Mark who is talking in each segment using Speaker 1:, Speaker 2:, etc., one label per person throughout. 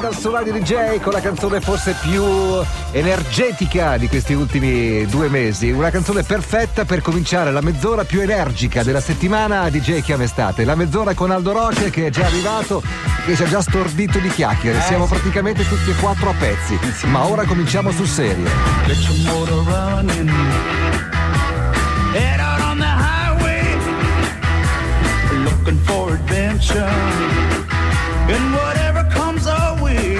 Speaker 1: dal Solari DJ con la canzone forse più energetica di questi ultimi due mesi. Una canzone perfetta per cominciare la mezz'ora più energica della settimana a DJ Chiama Estate. La mezz'ora con Aldo Roche che è già arrivato e ci ha già stordito di chiacchiere.
Speaker 2: Eh,
Speaker 1: Siamo
Speaker 2: sì.
Speaker 1: praticamente tutti e quattro a pezzi. Ma ora cominciamo sul serio.
Speaker 2: Get your motor running. Head out on the highway. Looking for adventure. And whatever comes our way.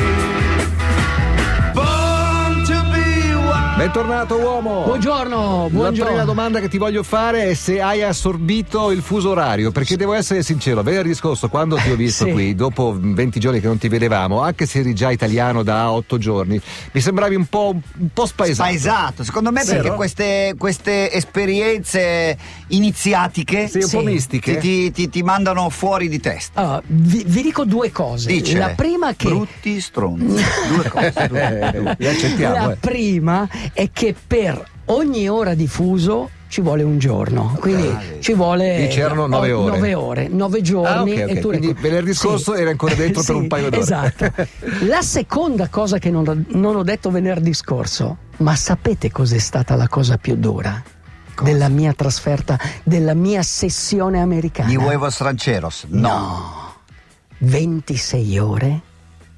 Speaker 2: Born to be wild.
Speaker 1: Bentornato uomo!
Speaker 3: Buongiorno,
Speaker 1: La prima
Speaker 3: buongiorno.
Speaker 1: domanda che ti voglio fare è se hai assorbito il fuso orario, perché devo essere sincero, venerdì scorso quando ti ho visto
Speaker 3: Sì.
Speaker 1: qui, dopo 20 giorni che non ti vedevamo, anche se eri già italiano da 8 giorni, mi sembravi un po', un po spaesato.
Speaker 4: Spaesato, Ah, esatto, secondo me perché
Speaker 1: Vero?
Speaker 4: queste, queste esperienze iniziatiche
Speaker 1: Sei un po'
Speaker 3: Sì.
Speaker 1: mistiche.
Speaker 4: ti, ti- ti- ti mandano fuori di testa.
Speaker 3: Allora, vi, vi dico due cose.
Speaker 4: Dice,
Speaker 3: La prima che
Speaker 4: Brutti stronzi. Due cose.
Speaker 1: Ecco,
Speaker 4: due- due.
Speaker 1: Li accettiamo.
Speaker 3: La
Speaker 1: eh.
Speaker 3: prima è che per ogni ora di fuso ci vuole un giorno, quindi
Speaker 1: Ah,
Speaker 3: ci vuole
Speaker 1: Lì c'erano
Speaker 3: eh,
Speaker 1: nove
Speaker 3: o-
Speaker 1: ore.
Speaker 3: nove ore, nove giorni
Speaker 1: Ah, ok, ok.
Speaker 3: e tu
Speaker 1: Quindi
Speaker 3: recuperi.
Speaker 1: venerdì scorso eri ancora dentro per
Speaker 3: Sì,
Speaker 1: un paio d'ore.
Speaker 3: Esatto. La seconda cosa che non, non ho detto venerdì scorso, ma sapete cos'è stata la cosa più dura della mia trasferta, della mia sessione americana?
Speaker 4: Di huevos rancheros. No.
Speaker 3: 26 ore,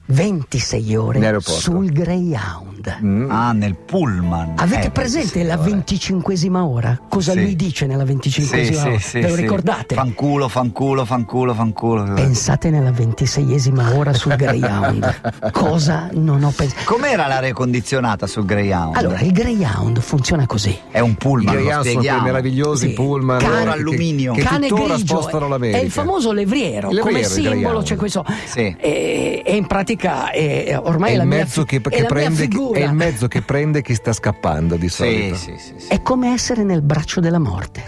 Speaker 3: 26
Speaker 1: In
Speaker 3: ore
Speaker 1: aeroporto.
Speaker 3: sul Greyhound.
Speaker 1: Mm.
Speaker 4: Ah, nel pullman.
Speaker 3: Avete
Speaker 4: Eh,
Speaker 3: presente
Speaker 4: sì,
Speaker 3: la
Speaker 4: vabbè.
Speaker 3: venticinquesima ora? Cosa
Speaker 4: Sì.
Speaker 3: lui dice nella
Speaker 4: Sì,
Speaker 3: venticinquesima
Speaker 4: sì,
Speaker 3: ora?
Speaker 4: sì,
Speaker 3: Ve lo
Speaker 4: sì.
Speaker 3: ricordate?
Speaker 4: Fanculo, fanculo, fanculo, fanculo.
Speaker 3: Pensate nella ventiseiesima ora sul Greyhound. Cosa non ho pensato?
Speaker 4: Com'era l'aria condizionata sul Greyhound?
Speaker 3: Allora, il Greyhound funziona così.
Speaker 4: È un
Speaker 1: I
Speaker 4: pullman, lo
Speaker 1: Greyhound sono quei
Speaker 4: spieghiamo.
Speaker 1: meravigliosi
Speaker 3: Sì.
Speaker 1: pullman
Speaker 3: Cane
Speaker 1: che- che-
Speaker 4: alluminio.
Speaker 1: che,
Speaker 3: cane
Speaker 1: tuttora
Speaker 3: grigio eh,
Speaker 1: spostano l'America.
Speaker 3: è il famoso levriero,
Speaker 1: Il
Speaker 3: come
Speaker 1: levriero, il
Speaker 3: simbolo
Speaker 1: Greyhound.
Speaker 3: c'è questo
Speaker 4: Sì.
Speaker 3: e, e in pratica è, ormai
Speaker 1: è
Speaker 3: è
Speaker 1: il
Speaker 3: la mia
Speaker 1: mezzo
Speaker 3: fi-
Speaker 1: che,
Speaker 3: è
Speaker 1: che
Speaker 3: la mia
Speaker 1: prende chi-
Speaker 3: figura.
Speaker 1: è il mezzo che prende chi sta scappando di
Speaker 4: Sì,
Speaker 1: solito.
Speaker 4: sì, sì, sì.
Speaker 3: È come essere nel braccio della morte.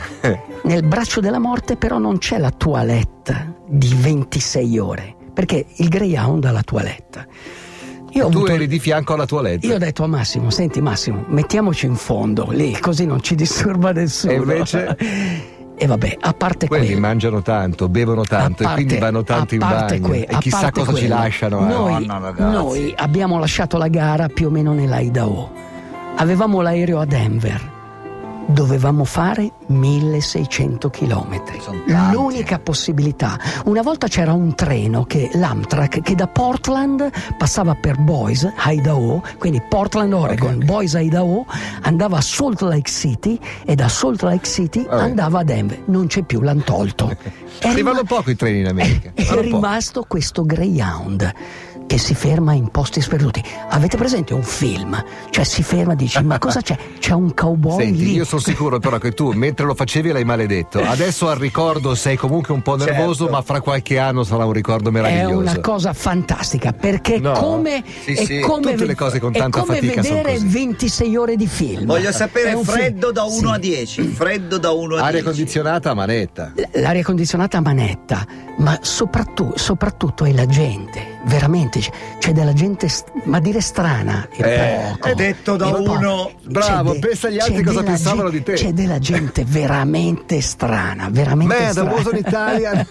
Speaker 3: Nel braccio della morte però non c'è la toilette di 26 ore, perché il Greyhound ha la toilette. Io ho,
Speaker 1: Tu
Speaker 3: avuto-
Speaker 1: eri di fianco alla tua legge.
Speaker 3: io ho detto a Massimo, senti Massimo, mettiamoci in fondo lì, così non ci disturba nessuno.
Speaker 1: E invece?
Speaker 3: E vabbè, a parte
Speaker 1: Quelli
Speaker 3: quello.
Speaker 1: mangiano tanto, bevono tanto
Speaker 3: A parte-
Speaker 1: e quindi vanno tanto
Speaker 3: a
Speaker 1: in
Speaker 3: parte
Speaker 1: bagno.
Speaker 3: que-
Speaker 1: e
Speaker 3: a
Speaker 1: chissà
Speaker 3: parte
Speaker 1: cosa ci
Speaker 3: quello,
Speaker 1: lasciano. eh.
Speaker 3: Noi,
Speaker 4: Madonna, ragazzi.
Speaker 3: noi abbiamo lasciato la gara più o meno nell'Idaho. Avevamo l'aereo a Denver. Dovevamo fare 1600 chilometri.
Speaker 4: Sono tanti.
Speaker 3: L'unica possibilità. Una volta c'era un treno che l'Amtrak che da Portland passava per Boise, Idaho, quindi Portland, Oregon, Boise, Idaho, andava a Salt Lake City e da Salt Lake City
Speaker 1: Vabbè.
Speaker 3: andava a Denver. Non c'è più, l'hanno tolto. È
Speaker 1: Arrivano
Speaker 3: rima-
Speaker 1: poco i treni in America.
Speaker 3: è
Speaker 1: vanno poco.
Speaker 3: rimasto questo Greyhound che si ferma in posti sperduti. Avete presente un film? Cioè si ferma e dici ma cosa c'è? C'è un cowboy
Speaker 1: Senti,
Speaker 3: lì.
Speaker 1: io sono sicuro però che tu mentre lo facevi l'hai maledetto. Adesso al ricordo sei comunque un po' nervoso, ma fra qualche anno sarà un ricordo
Speaker 3: È
Speaker 1: meraviglioso.
Speaker 3: una cosa fantastica perché
Speaker 1: No.
Speaker 3: come,
Speaker 4: Sì,
Speaker 3: è
Speaker 4: sì,
Speaker 3: come
Speaker 1: tutte le cose con
Speaker 3: è
Speaker 1: tanta
Speaker 3: come
Speaker 1: fatica son
Speaker 3: vedere
Speaker 1: così.
Speaker 3: 26 ore di film.
Speaker 4: Voglio sapere
Speaker 3: È un film-
Speaker 4: freddo da 1
Speaker 3: sì.
Speaker 4: a 10. Freddo da 1 a
Speaker 1: Aria
Speaker 4: 10.
Speaker 1: condizionata a manetta.
Speaker 3: L- L'aria condizionata a manetta, ma soprattutto, soprattutto è la gente, veramente c'è, c'è della gente, st- ma dire strana
Speaker 1: Eh,
Speaker 3: è poco.
Speaker 4: è detto da
Speaker 3: è poco.
Speaker 4: uno-
Speaker 3: C'è
Speaker 1: Bravo, pensa agli altri
Speaker 3: c'è
Speaker 1: cosa
Speaker 3: della
Speaker 1: pensavano
Speaker 3: gen-
Speaker 1: di te.
Speaker 3: C'è della gente veramente strana, veramente
Speaker 1: Man,
Speaker 3: strana.
Speaker 1: there was an Italian.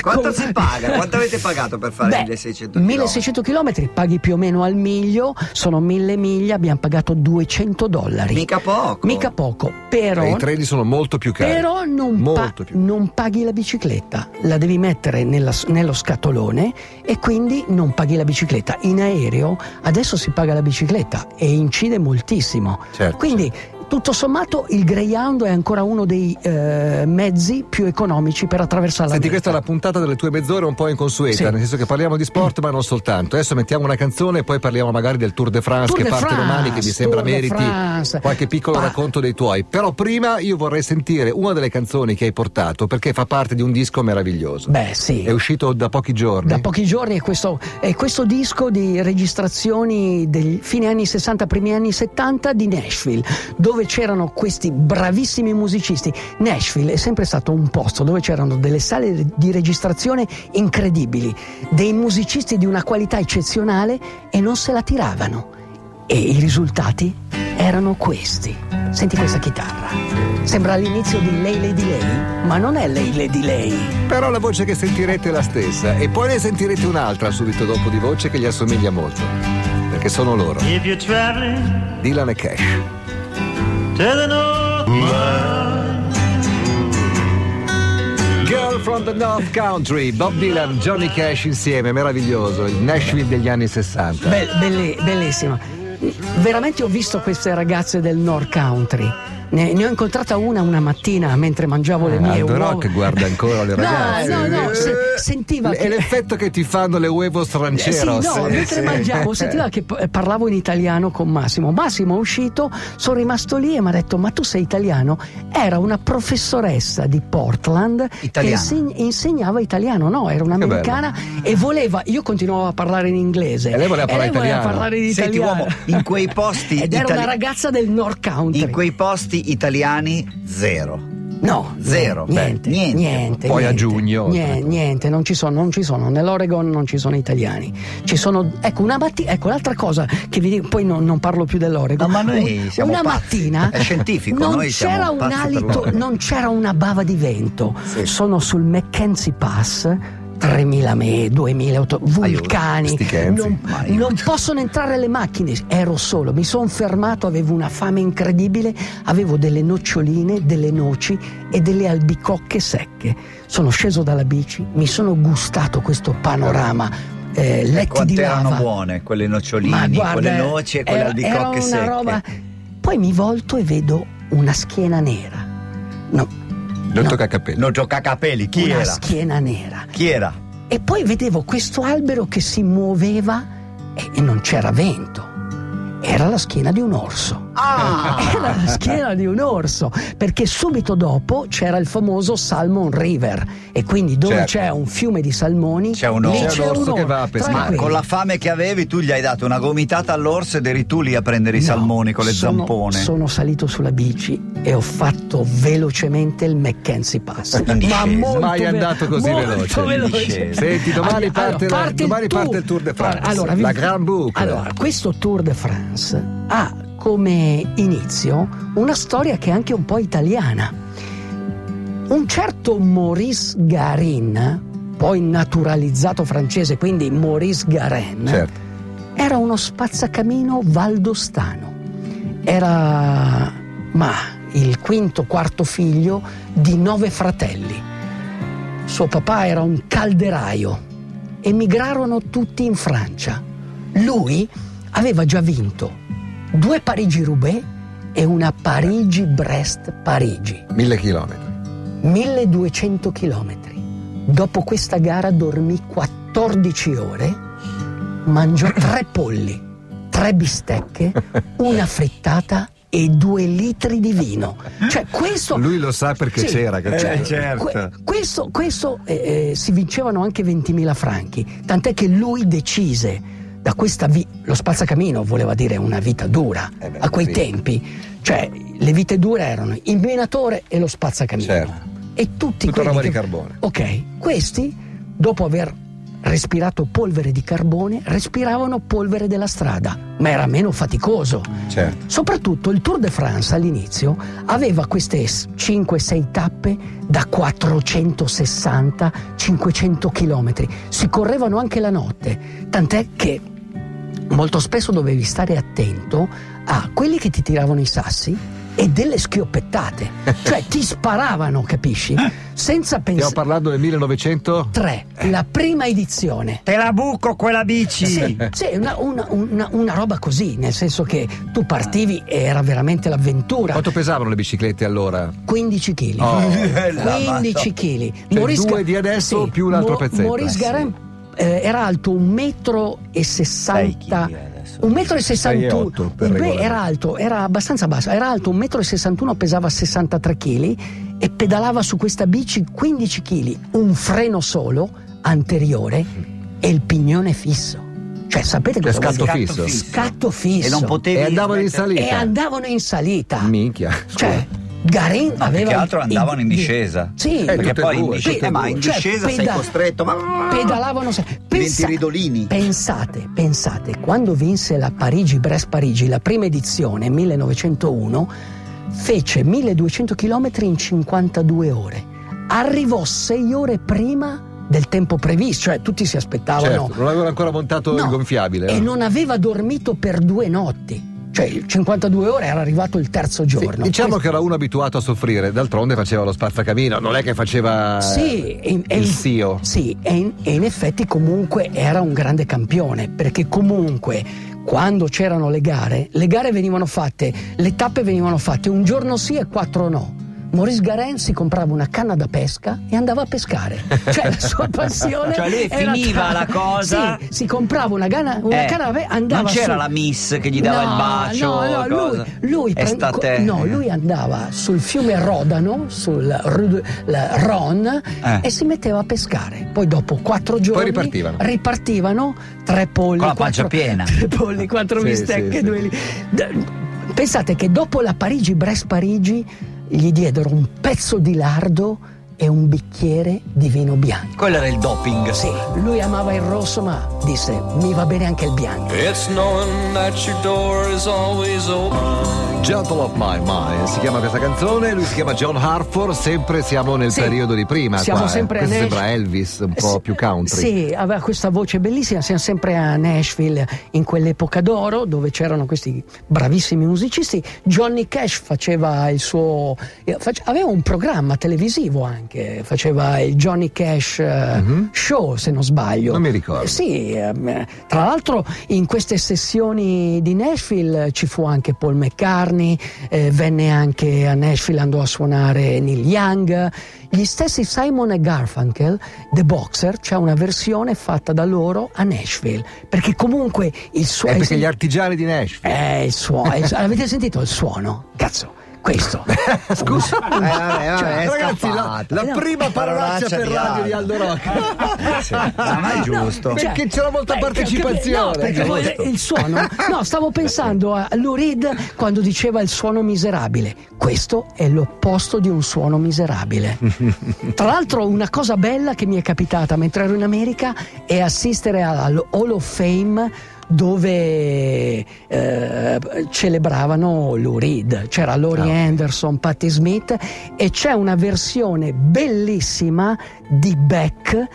Speaker 4: Quanto
Speaker 3: Com-
Speaker 4: si paga? Quanto avete pagato per fare
Speaker 3: Beh,
Speaker 4: 1600
Speaker 3: 1600 km paghi più o meno al miglio, sono 1000 miglia, abbiamo pagato 200 dollari.
Speaker 4: Mica poco.
Speaker 3: Mica poco, però
Speaker 1: E I treni sono molto più cari.
Speaker 3: Però non, pa-
Speaker 1: molto più.
Speaker 3: non paghi la bicicletta, la devi mettere nella- nello scatolone e quindi non paghi la bicicletta. In aereo adesso si paga la bicicletta e incide moltissimo.
Speaker 1: Certo,
Speaker 3: quindi tutto sommato il Greyhound è ancora uno dei eh, mezzi più economici per attraversare
Speaker 1: Senti,
Speaker 3: la
Speaker 1: questa è la puntata delle tue mezz'ore un po' inconsueta,
Speaker 3: Sì.
Speaker 1: nel senso che parliamo di sport ma non soltanto. Adesso mettiamo una canzone e poi parliamo magari del Tour de France
Speaker 3: Tour
Speaker 1: che
Speaker 3: de
Speaker 1: parte
Speaker 3: France,
Speaker 1: domani, che mi sembra
Speaker 3: Tour de
Speaker 1: meriti
Speaker 3: France.
Speaker 1: qualche piccolo
Speaker 3: Pa-
Speaker 1: racconto dei tuoi. Però prima io vorrei sentire una delle canzoni che hai portato perché fa parte di un disco meraviglioso.
Speaker 3: Beh, sì.
Speaker 1: È uscito da pochi giorni.
Speaker 3: Da pochi giorni è questo, è questo disco di registrazioni del fine anni 60, primi anni 70 di Nashville, dove c'erano questi bravissimi musicisti. Nashville è sempre stato un posto dove c'erano delle sale di registrazione incredibili, dei musicisti di una qualità eccezionale e non se la tiravano. E i risultati erano questi. Senti questa chitarra. Sembra l'inizio di Lei Lady Lei, ma non è Lei Lady Lei.
Speaker 1: Però la voce che sentirete è la stessa e poi ne sentirete un'altra subito dopo di voce che gli assomiglia molto. Perché sono loro,
Speaker 2: If you're traveling
Speaker 1: Dylan e Cash.
Speaker 2: to the north,
Speaker 1: Girl from the North Country, Bob Dylan, Johnny Cash insieme, meraviglioso, il Nashville degli anni 60.
Speaker 3: Be- belle- bellissima. Veramente ho visto queste ragazze del North Country. Ne, ne ho incontrata una una mattina mentre mangiavo le mie
Speaker 1: Aldo
Speaker 3: uova.
Speaker 1: Rock Ah, guarda ancora le
Speaker 3: No,
Speaker 1: ragazze.
Speaker 3: no, no,
Speaker 1: Eh,
Speaker 3: se- sentiva
Speaker 1: È
Speaker 3: che-
Speaker 1: l'effetto che ti fanno le huevos
Speaker 3: Eh, sì, no,
Speaker 1: rancheros.
Speaker 3: mentre mangiavo sentiva che p- eh, parlavo in italiano con Massimo. Massimo è uscito, sono rimasto lì e mi ha detto: Ma tu sei italiano? Era una professoressa di Portland
Speaker 4: Italiana.
Speaker 3: che inseg- insegnava italiano, no? Era un'americana e voleva. Io continuavo a parlare in inglese.
Speaker 1: E lei voleva parlare italiano.
Speaker 3: parlare in
Speaker 4: Senti,
Speaker 3: italiano.
Speaker 4: uomo, in quei posti
Speaker 3: Ed era
Speaker 4: itali-
Speaker 3: una ragazza del North Country.
Speaker 4: In quei posti italiani, zero.
Speaker 3: No,
Speaker 4: Zero,
Speaker 3: niente, niente,
Speaker 4: beh, niente.
Speaker 3: niente,
Speaker 1: Poi a giugno,
Speaker 3: nie- niente,
Speaker 1: oltretutto.
Speaker 3: non ci sono, non ci sono, nell'Oregon non ci sono italiani. Ci sono, ecco, una mattina, ecco, l'altra cosa che vi dico, poi non, non parlo più dell'Oregon.
Speaker 4: No, ma noi
Speaker 3: Un-
Speaker 4: siamo
Speaker 3: una
Speaker 4: pazzi.
Speaker 3: mattina
Speaker 4: È scientifico,
Speaker 3: non
Speaker 4: noi siamo
Speaker 3: c'era un
Speaker 4: pazzi per
Speaker 3: alito,
Speaker 4: l'Oregon.
Speaker 3: non c'era una bava di vento.
Speaker 4: Sì.
Speaker 3: Sono sul Mackenzie Pass. 3000 metri, 2000 auto- vulcani,
Speaker 1: sti cazzi.
Speaker 3: non,
Speaker 4: Ma aiuto.
Speaker 3: non possono entrare le macchine. Ero solo, mi sono fermato, avevo una fame incredibile, avevo delle noccioline, delle noci e delle albicocche secche. Sono sceso dalla bici, mi sono gustato questo panorama. Eh,
Speaker 4: E
Speaker 3: letti di
Speaker 4: quante Ecco, erano
Speaker 3: lava.
Speaker 4: buone quelle
Speaker 3: Ma
Speaker 4: nocciolini,
Speaker 3: guarda,
Speaker 4: quelle noci e quelle
Speaker 3: era- era
Speaker 4: albicocche
Speaker 3: una
Speaker 4: secche.
Speaker 3: roba- Poi mi volto e vedo una schiena nera. No,
Speaker 1: Non tocca a capelli.
Speaker 4: Non tocca capelli, chi
Speaker 3: una
Speaker 4: era?
Speaker 3: schiena nera.
Speaker 4: Chi era?
Speaker 3: E poi vedevo questo albero che si muoveva e, e non c'era vento. Era la schiena di un orso. Era
Speaker 1: Ah.
Speaker 3: la schiena di un orso, perché subito dopo c'era il famoso Salmon River e quindi dove
Speaker 1: Certo.
Speaker 3: c'è un fiume di salmoni
Speaker 4: C'è un
Speaker 3: lì
Speaker 4: orso.
Speaker 1: C'è un orso che va a pescare.
Speaker 4: Ma
Speaker 3: Tranquilli.
Speaker 4: con la fame che avevi tu gli hai dato una gomitata all'orso ed eri tu lì a prendere i
Speaker 3: No,
Speaker 4: salmoni con le
Speaker 3: sono-
Speaker 4: zampone.
Speaker 3: Sono salito sulla bici e ho fatto velocemente il Mackenzie Pass.
Speaker 4: In discesa.
Speaker 1: Mai andato così
Speaker 3: molto
Speaker 1: veloce.
Speaker 3: veloce.
Speaker 4: In discesa.
Speaker 1: Senti, domani parte la- domani parte il Tour de France,
Speaker 3: Allora, vi-
Speaker 1: la Grand Boucle.
Speaker 3: Allora, questo Tour de France ha come inizio una storia che è anche un po' italiana. Un certo Maurice Garin, poi naturalizzato francese, quindi Maurice Garin,
Speaker 1: Certo.
Speaker 3: era uno spazzacamino valdostano. Era ma il quinto quarto figlio di nove fratelli. Suo papà era un calderaio. Emigrarono tutti in Francia. Lui aveva già vinto due Parigi-Roubaix e una Parigi-Brest-Parigi.
Speaker 1: Mille chilometri.
Speaker 3: 1200 chilometri. Dopo questa gara dormì 14 ore, mangiò tre polli, tre bistecche, una frittata e due litri di vino. Cioè questo...
Speaker 1: Lui lo sa perché
Speaker 3: Sì.
Speaker 1: c'era.
Speaker 4: Eh,
Speaker 1: che
Speaker 4: certo.
Speaker 1: c'era.
Speaker 3: Que- questo questo, eh, eh, si vincevano anche 20.000 franchi, tant'è che lui decise da questa vita, lo spazzacamino voleva dire una vita dura
Speaker 1: Eh beh,
Speaker 3: a quei
Speaker 1: sì.
Speaker 3: tempi, cioè le vite dure erano il menatore e lo spazzacamino.
Speaker 1: Certo.
Speaker 3: E tutti
Speaker 1: Tutta
Speaker 3: quelli
Speaker 1: roba
Speaker 3: che-
Speaker 1: di carbone.
Speaker 3: Ok, questi dopo aver respirato polvere di carbone respiravano polvere della strada, ma era meno faticoso.
Speaker 1: Certo.
Speaker 3: Soprattutto il Tour de France all'inizio aveva queste 5-6 tappe da 460-500 km. Si correvano anche la notte, tant'è che molto spesso dovevi stare attento a quelli che ti tiravano i sassi e delle schioppettate, cioè ti sparavano, capisci? Senza
Speaker 1: Stiamo
Speaker 3: pensare.
Speaker 1: parlando del 1900?
Speaker 3: 3. La prima edizione.
Speaker 4: Te la buco quella bici!
Speaker 3: Sì, sì, una, una- una- una roba così, nel senso che tu partivi e era veramente l'avventura.
Speaker 1: Quanto pesavano le biciclette allora?
Speaker 3: 15 kg.
Speaker 1: Oh.
Speaker 4: eh,
Speaker 3: 15 kg.
Speaker 1: Cioè, due di adesso più l'altro pezzetto.
Speaker 3: Maurice
Speaker 4: Eh, sì.
Speaker 3: Garin eh, era alto 1,60 metro e 60
Speaker 4: adesso.
Speaker 3: 1,61 metro e
Speaker 1: 6,8
Speaker 3: 61
Speaker 1: per
Speaker 3: Beh,
Speaker 1: regolamento.
Speaker 3: era alto, era abbastanza basso, era alto 1,61 metro e 61, pesava 63 kg e pedalava su questa bici 15 kg, un freno solo anteriore e il pignone fisso. Cioè, sapete
Speaker 1: Cioè,
Speaker 3: cosa vuol
Speaker 1: scatto
Speaker 3: dire?
Speaker 1: fisso.
Speaker 4: fisso.
Speaker 3: Scatto fisso.
Speaker 4: E non potevi
Speaker 1: E andavano in
Speaker 4: smettere-
Speaker 1: salita.
Speaker 3: E andavano in salita.
Speaker 1: Minchia. scusa.
Speaker 3: Cioè, Garin
Speaker 4: No, più
Speaker 3: aveva
Speaker 4: che altro andavano in discesa.
Speaker 3: Sì,
Speaker 1: Eh,
Speaker 4: Perché
Speaker 1: tutte e
Speaker 4: poi in
Speaker 1: due,
Speaker 4: discesa,
Speaker 1: tutte e
Speaker 4: eh, ma
Speaker 1: due.
Speaker 4: in
Speaker 3: Cioè,
Speaker 4: discesa sei
Speaker 3: peda-
Speaker 4: costretto. Ma...
Speaker 3: pedalavano sempre.
Speaker 5: Diventi ridolini.
Speaker 3: Pensate, pensate, quando vinse la Parigi-Brest-Parigi, la prima edizione, 1901, fece 1200 km in 52 ore. Arrivò 6 ore prima del tempo previsto, cioè tutti si aspettavano
Speaker 1: Certo, non avevano ancora montato eh.
Speaker 3: No,
Speaker 1: il gonfiabile.
Speaker 3: e
Speaker 1: no?
Speaker 3: non aveva dormito per due notti. Cioè, il 52 ore era arrivato il terzo
Speaker 1: Sì,
Speaker 3: giorno.
Speaker 1: diciamo
Speaker 3: Questo-
Speaker 1: che era uno abituato a soffrire, d'altronde faceva lo spazzacamino, non è che faceva
Speaker 3: Sì, e- e-
Speaker 1: il CEO.
Speaker 3: Sì, e in, e in effetti comunque era un grande campione, perché comunque quando c'erano le gare, le gare venivano fatte, le tappe venivano fatte un giorno sì e quattro no. Maurice Garen si comprava una canna da pesca e andava a pescare. Cioè la sua passione
Speaker 4: Cioè, lui
Speaker 3: era
Speaker 4: finiva la cosa-
Speaker 3: Sì, si comprava una, gana- una
Speaker 4: Eh,
Speaker 3: canna da pesca, andava
Speaker 4: non c'era
Speaker 3: su-
Speaker 4: la miss che gli
Speaker 3: No,
Speaker 4: dava il bacio
Speaker 3: No, no,
Speaker 4: cosa?
Speaker 3: lui, lui, pre-
Speaker 4: Estate.
Speaker 3: co- no, lui andava sul fiume Rodano, sul Ru- la Ron,
Speaker 4: Eh.
Speaker 3: e si metteva a pescare. Poi dopo quattro giorni
Speaker 1: ripartivano.
Speaker 3: ripartivano tre polli,
Speaker 4: Con la
Speaker 3: quattro,
Speaker 4: pancia piena.
Speaker 3: tre polli, quattro
Speaker 1: Sì,
Speaker 3: bistecche,
Speaker 1: sì,
Speaker 3: due lì. D- Pensate che dopo la Parigi-Brest-Parigi gli diedero un pezzo di lardo e un bicchiere di vino bianco.
Speaker 4: Quello era il doping.
Speaker 3: Sì, lui amava il rosso, ma disse mi va bene anche il bianco.
Speaker 6: It's knowing that your door is always open.
Speaker 1: Gentle of My Mind si chiama questa canzone, lui si chiama John Hartford, sempre siamo nel
Speaker 3: Sì.
Speaker 1: periodo di prima.
Speaker 3: Siamo
Speaker 1: qua, eh.
Speaker 3: sempre a
Speaker 1: Questo
Speaker 3: Nash-
Speaker 1: sembra Elvis, un po'
Speaker 3: Eh Sì,
Speaker 1: più country.
Speaker 3: Sì, aveva questa voce bellissima. Siamo sempre a Nashville, in quell'epoca d'oro, dove c'erano questi bravissimi musicisti. Johnny Cash faceva il suo. eh, face- aveva un programma televisivo anche, faceva il Johnny Cash eh,
Speaker 1: Mhm.
Speaker 3: Show, se non sbaglio.
Speaker 1: Non mi ricordo.
Speaker 3: Eh, Sì, ehm, tra l'altro in queste sessioni di Nashville eh, ci fu anche Paul McCartney, eh, venne anche a Nashville, andò a suonare Neil Young, gli stessi Simon e Garfunkel, The Boxer, c'è una versione fatta da loro a Nashville, perché comunque il suo...
Speaker 1: È Eh, perché gli artigiani di Nashville.
Speaker 3: Eh, il suono, avete sentito il suono? Cazzo, questo.
Speaker 1: Scusa,
Speaker 5: vabbè,
Speaker 1: Cioè,
Speaker 5: è
Speaker 1: ragazzi, la,
Speaker 5: scappata.
Speaker 1: la
Speaker 3: No.
Speaker 1: prima parolaccia
Speaker 5: Parolaccia
Speaker 1: per
Speaker 5: di
Speaker 1: radio di Aldo
Speaker 5: Aldo.
Speaker 1: Rock.
Speaker 4: Sì, ma è
Speaker 3: No,
Speaker 4: giusto.
Speaker 3: cioè-
Speaker 1: Perché c'era molta
Speaker 3: Beh,
Speaker 1: partecipazione.
Speaker 3: no, perché poi
Speaker 1: Giusto.
Speaker 3: il suono. No, stavo pensando a Lou Reed quando diceva il suono miserabile. Questo è l'opposto di un suono miserabile. Tra l'altro, una cosa bella che mi è capitata mentre ero in America è assistere al Hall of Fame dove eh, celebravano Lou Reed. C'era Lori
Speaker 1: Ah, ok.
Speaker 3: Anderson, Patti Smith e c'è una versione bellissima di Beck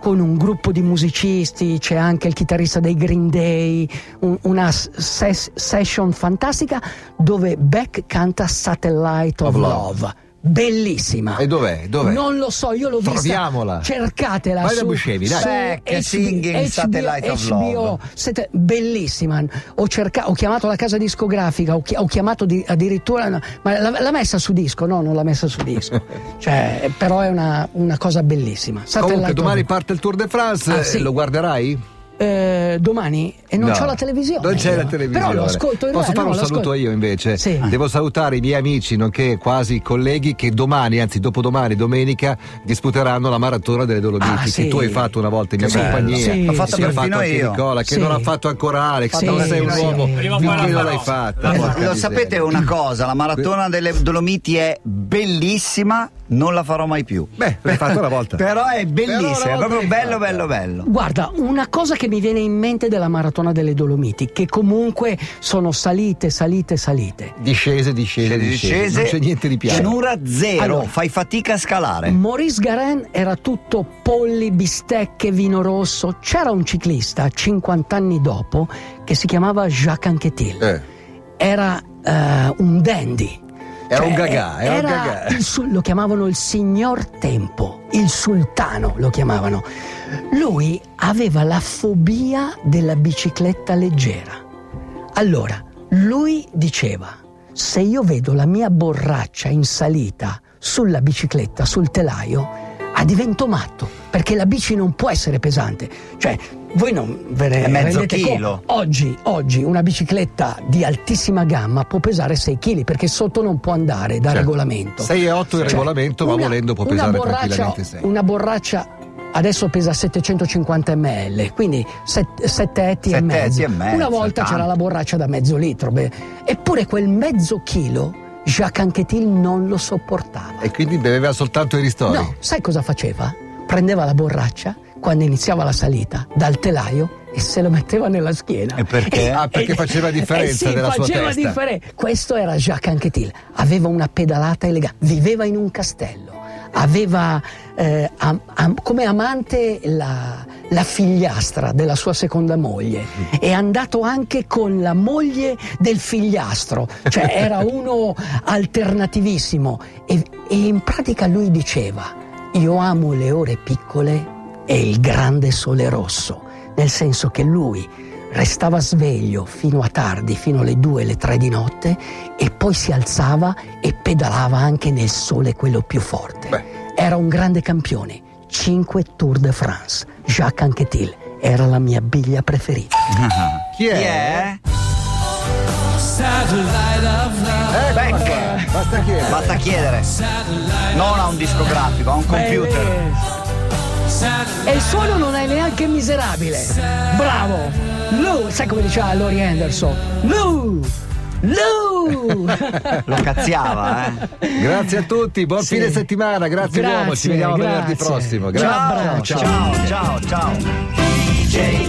Speaker 3: con un gruppo di musicisti, c'è anche il chitarrista dei Green Day, un- una s- ses- session fantastica dove Beck canta Satellite of,
Speaker 1: Of love.
Speaker 3: Love. Bellissima.
Speaker 1: E dov'è? Dov'è?
Speaker 3: Non lo so, io l'ho vista.
Speaker 1: Troviamola.
Speaker 3: Cercatela
Speaker 1: Vai da
Speaker 3: su,
Speaker 1: Buscemi, dai.
Speaker 3: su
Speaker 4: Beck
Speaker 3: HBO,
Speaker 4: singing Satellite of
Speaker 3: HBO,
Speaker 4: Love.
Speaker 3: sette- bellissima. Ho, cerca- ho chiamato la casa discografica, ho, chi- ho chiamato di- addirittura. no, ma l'ha, l'ha messa su disco? No, non l'ha messa su disco. cioè, però è una, una cosa bellissima. Satellite
Speaker 1: Comunque,
Speaker 3: of
Speaker 1: domani
Speaker 3: Love.
Speaker 1: parte il Tour de France,
Speaker 3: Ah, sì.
Speaker 1: lo guarderai?
Speaker 3: Eh, domani e non
Speaker 1: No,
Speaker 3: c'ho la televisione.
Speaker 1: Non c'è
Speaker 3: io.
Speaker 1: la televisione.
Speaker 3: Però lo ascolto in
Speaker 1: Posso
Speaker 3: radio,
Speaker 1: fare
Speaker 3: no,
Speaker 1: un
Speaker 3: lo
Speaker 1: saluto
Speaker 3: ascolto.
Speaker 1: io invece?
Speaker 3: Sì.
Speaker 1: Devo salutare i miei amici, nonché quasi colleghi, che domani, anzi dopodomani, domenica, disputeranno la maratona delle Dolomiti.
Speaker 3: Ah,
Speaker 1: che
Speaker 3: sì.
Speaker 1: tu hai fatto una volta in mia
Speaker 3: Che bello.
Speaker 1: compagnia.
Speaker 3: Sì. L'ho fatta
Speaker 1: Che ha
Speaker 4: perfino
Speaker 1: fatto anche
Speaker 4: io.
Speaker 1: Nicola, che
Speaker 3: Sì.
Speaker 1: non ha fatto ancora Alex.
Speaker 3: Sì,
Speaker 1: non sei un
Speaker 3: sì.
Speaker 1: uomo.
Speaker 3: Prima o poi la
Speaker 1: Finché non
Speaker 3: farò.
Speaker 1: l'hai fatta.
Speaker 3: Eh,
Speaker 1: porca
Speaker 4: Lo
Speaker 1: miseria.
Speaker 4: sapete una cosa, la maratona delle Dolomiti è bellissima, non la farò mai più.
Speaker 1: Beh, l'hai fatto una volta.
Speaker 4: Però è
Speaker 1: Però una
Speaker 4: bellissima, è
Speaker 1: volta
Speaker 4: proprio
Speaker 1: l'hai
Speaker 4: bello,
Speaker 1: fatta.
Speaker 4: bello, bello.
Speaker 3: Guarda, una cosa che mi viene in mente della maratona delle Dolomiti, che comunque sono salite, salite, salite.
Speaker 1: Discese, discese,
Speaker 4: Scese,
Speaker 1: discese.
Speaker 4: discese,
Speaker 1: Non c'è niente di piano. Mm.
Speaker 4: pianura zero,
Speaker 3: Allora.
Speaker 4: fai fatica a scalare.
Speaker 3: Maurice Garen era tutto polli, bistecche, vino rosso. C'era un ciclista 50 anni dopo che si chiamava Jacques Anquetil.
Speaker 1: Eh,
Speaker 3: Era eh, un dandy.
Speaker 1: Era
Speaker 3: Cioè,
Speaker 1: un gagà, era, un gagà.
Speaker 3: il sul- lo chiamavano il signor Tempo, il sultano lo chiamavano. Lui aveva la fobia della bicicletta leggera. Allora, lui diceva: Se io vedo la mia borraccia in salita sulla bicicletta, sul telaio, ah, divento matto perché la bici non può essere pesante. Cioè, voi non ve ne
Speaker 4: È mezzo
Speaker 3: rendete conto.
Speaker 4: chilo.
Speaker 3: Oggi, oggi una bicicletta di altissima gamma può pesare 6 kg perché sotto non può andare da
Speaker 1: Certo.
Speaker 3: regolamento.
Speaker 1: 6 e 8 il
Speaker 3: Cioè,
Speaker 1: regolamento, ma
Speaker 3: una-
Speaker 1: volendo può
Speaker 3: una
Speaker 1: pesare
Speaker 3: borraccia-
Speaker 1: tranquillamente 6.
Speaker 3: Una borraccia adesso pesa 750 ml, quindi 7 etti e
Speaker 4: Sette
Speaker 3: mezzo.
Speaker 4: etti e mezzo,
Speaker 3: Una volta
Speaker 4: tanto.
Speaker 3: c'era la borraccia da mezzo litro, beh, eppure quel mezzo chilo Jacques Anquetil non lo sopportava.
Speaker 1: E quindi beveva soltanto i ristori.
Speaker 3: No, sai cosa faceva? Prendeva la borraccia quando iniziava la salita dal telaio e se lo metteva nella schiena.
Speaker 4: E perché?
Speaker 1: Ah, perché faceva differenza
Speaker 3: eh sì,
Speaker 1: della sua
Speaker 3: faceva
Speaker 1: testa.
Speaker 3: differenza. Questo era Jacques Anquetil. Aveva una pedalata elegante, viveva in un castello, aveva eh, am- am- come amante la, la figliastra della sua seconda moglie. È andato anche con la moglie del figliastro, cioè era uno alternativissimo. E- e in pratica lui diceva: Io amo le ore piccole e il grande sole rosso, nel senso che lui restava sveglio fino a tardi, fino alle 2, le 3 di notte e poi si alzava e pedalava anche nel sole quello più forte.
Speaker 1: Beh.
Speaker 3: Era un grande campione, 5 Tour de France, Jacques Anquetil, era la mia biglia preferita.
Speaker 1: Chi è?
Speaker 4: Chi è?
Speaker 1: Eccola
Speaker 4: Beck.
Speaker 1: qua, Basta chiedere.
Speaker 4: Basta Ecco. chiedere. Non ha un discografico, ha un computer.
Speaker 3: E il suono non è neanche miserabile. Bravo! Lou, sai come diceva Lori Anderson? Lou! Lou!
Speaker 1: Eh.
Speaker 4: Lo cazziava, eh.
Speaker 1: Grazie a tutti, buon
Speaker 3: Sì.
Speaker 1: fine settimana, grazie,
Speaker 3: Grazie,
Speaker 1: uomo, ci vediamo venerdì
Speaker 3: grazie.
Speaker 1: prossimo.
Speaker 3: Ciao,
Speaker 1: Grazie.
Speaker 3: bravo,
Speaker 4: ciao, ciao. ciao. ciao.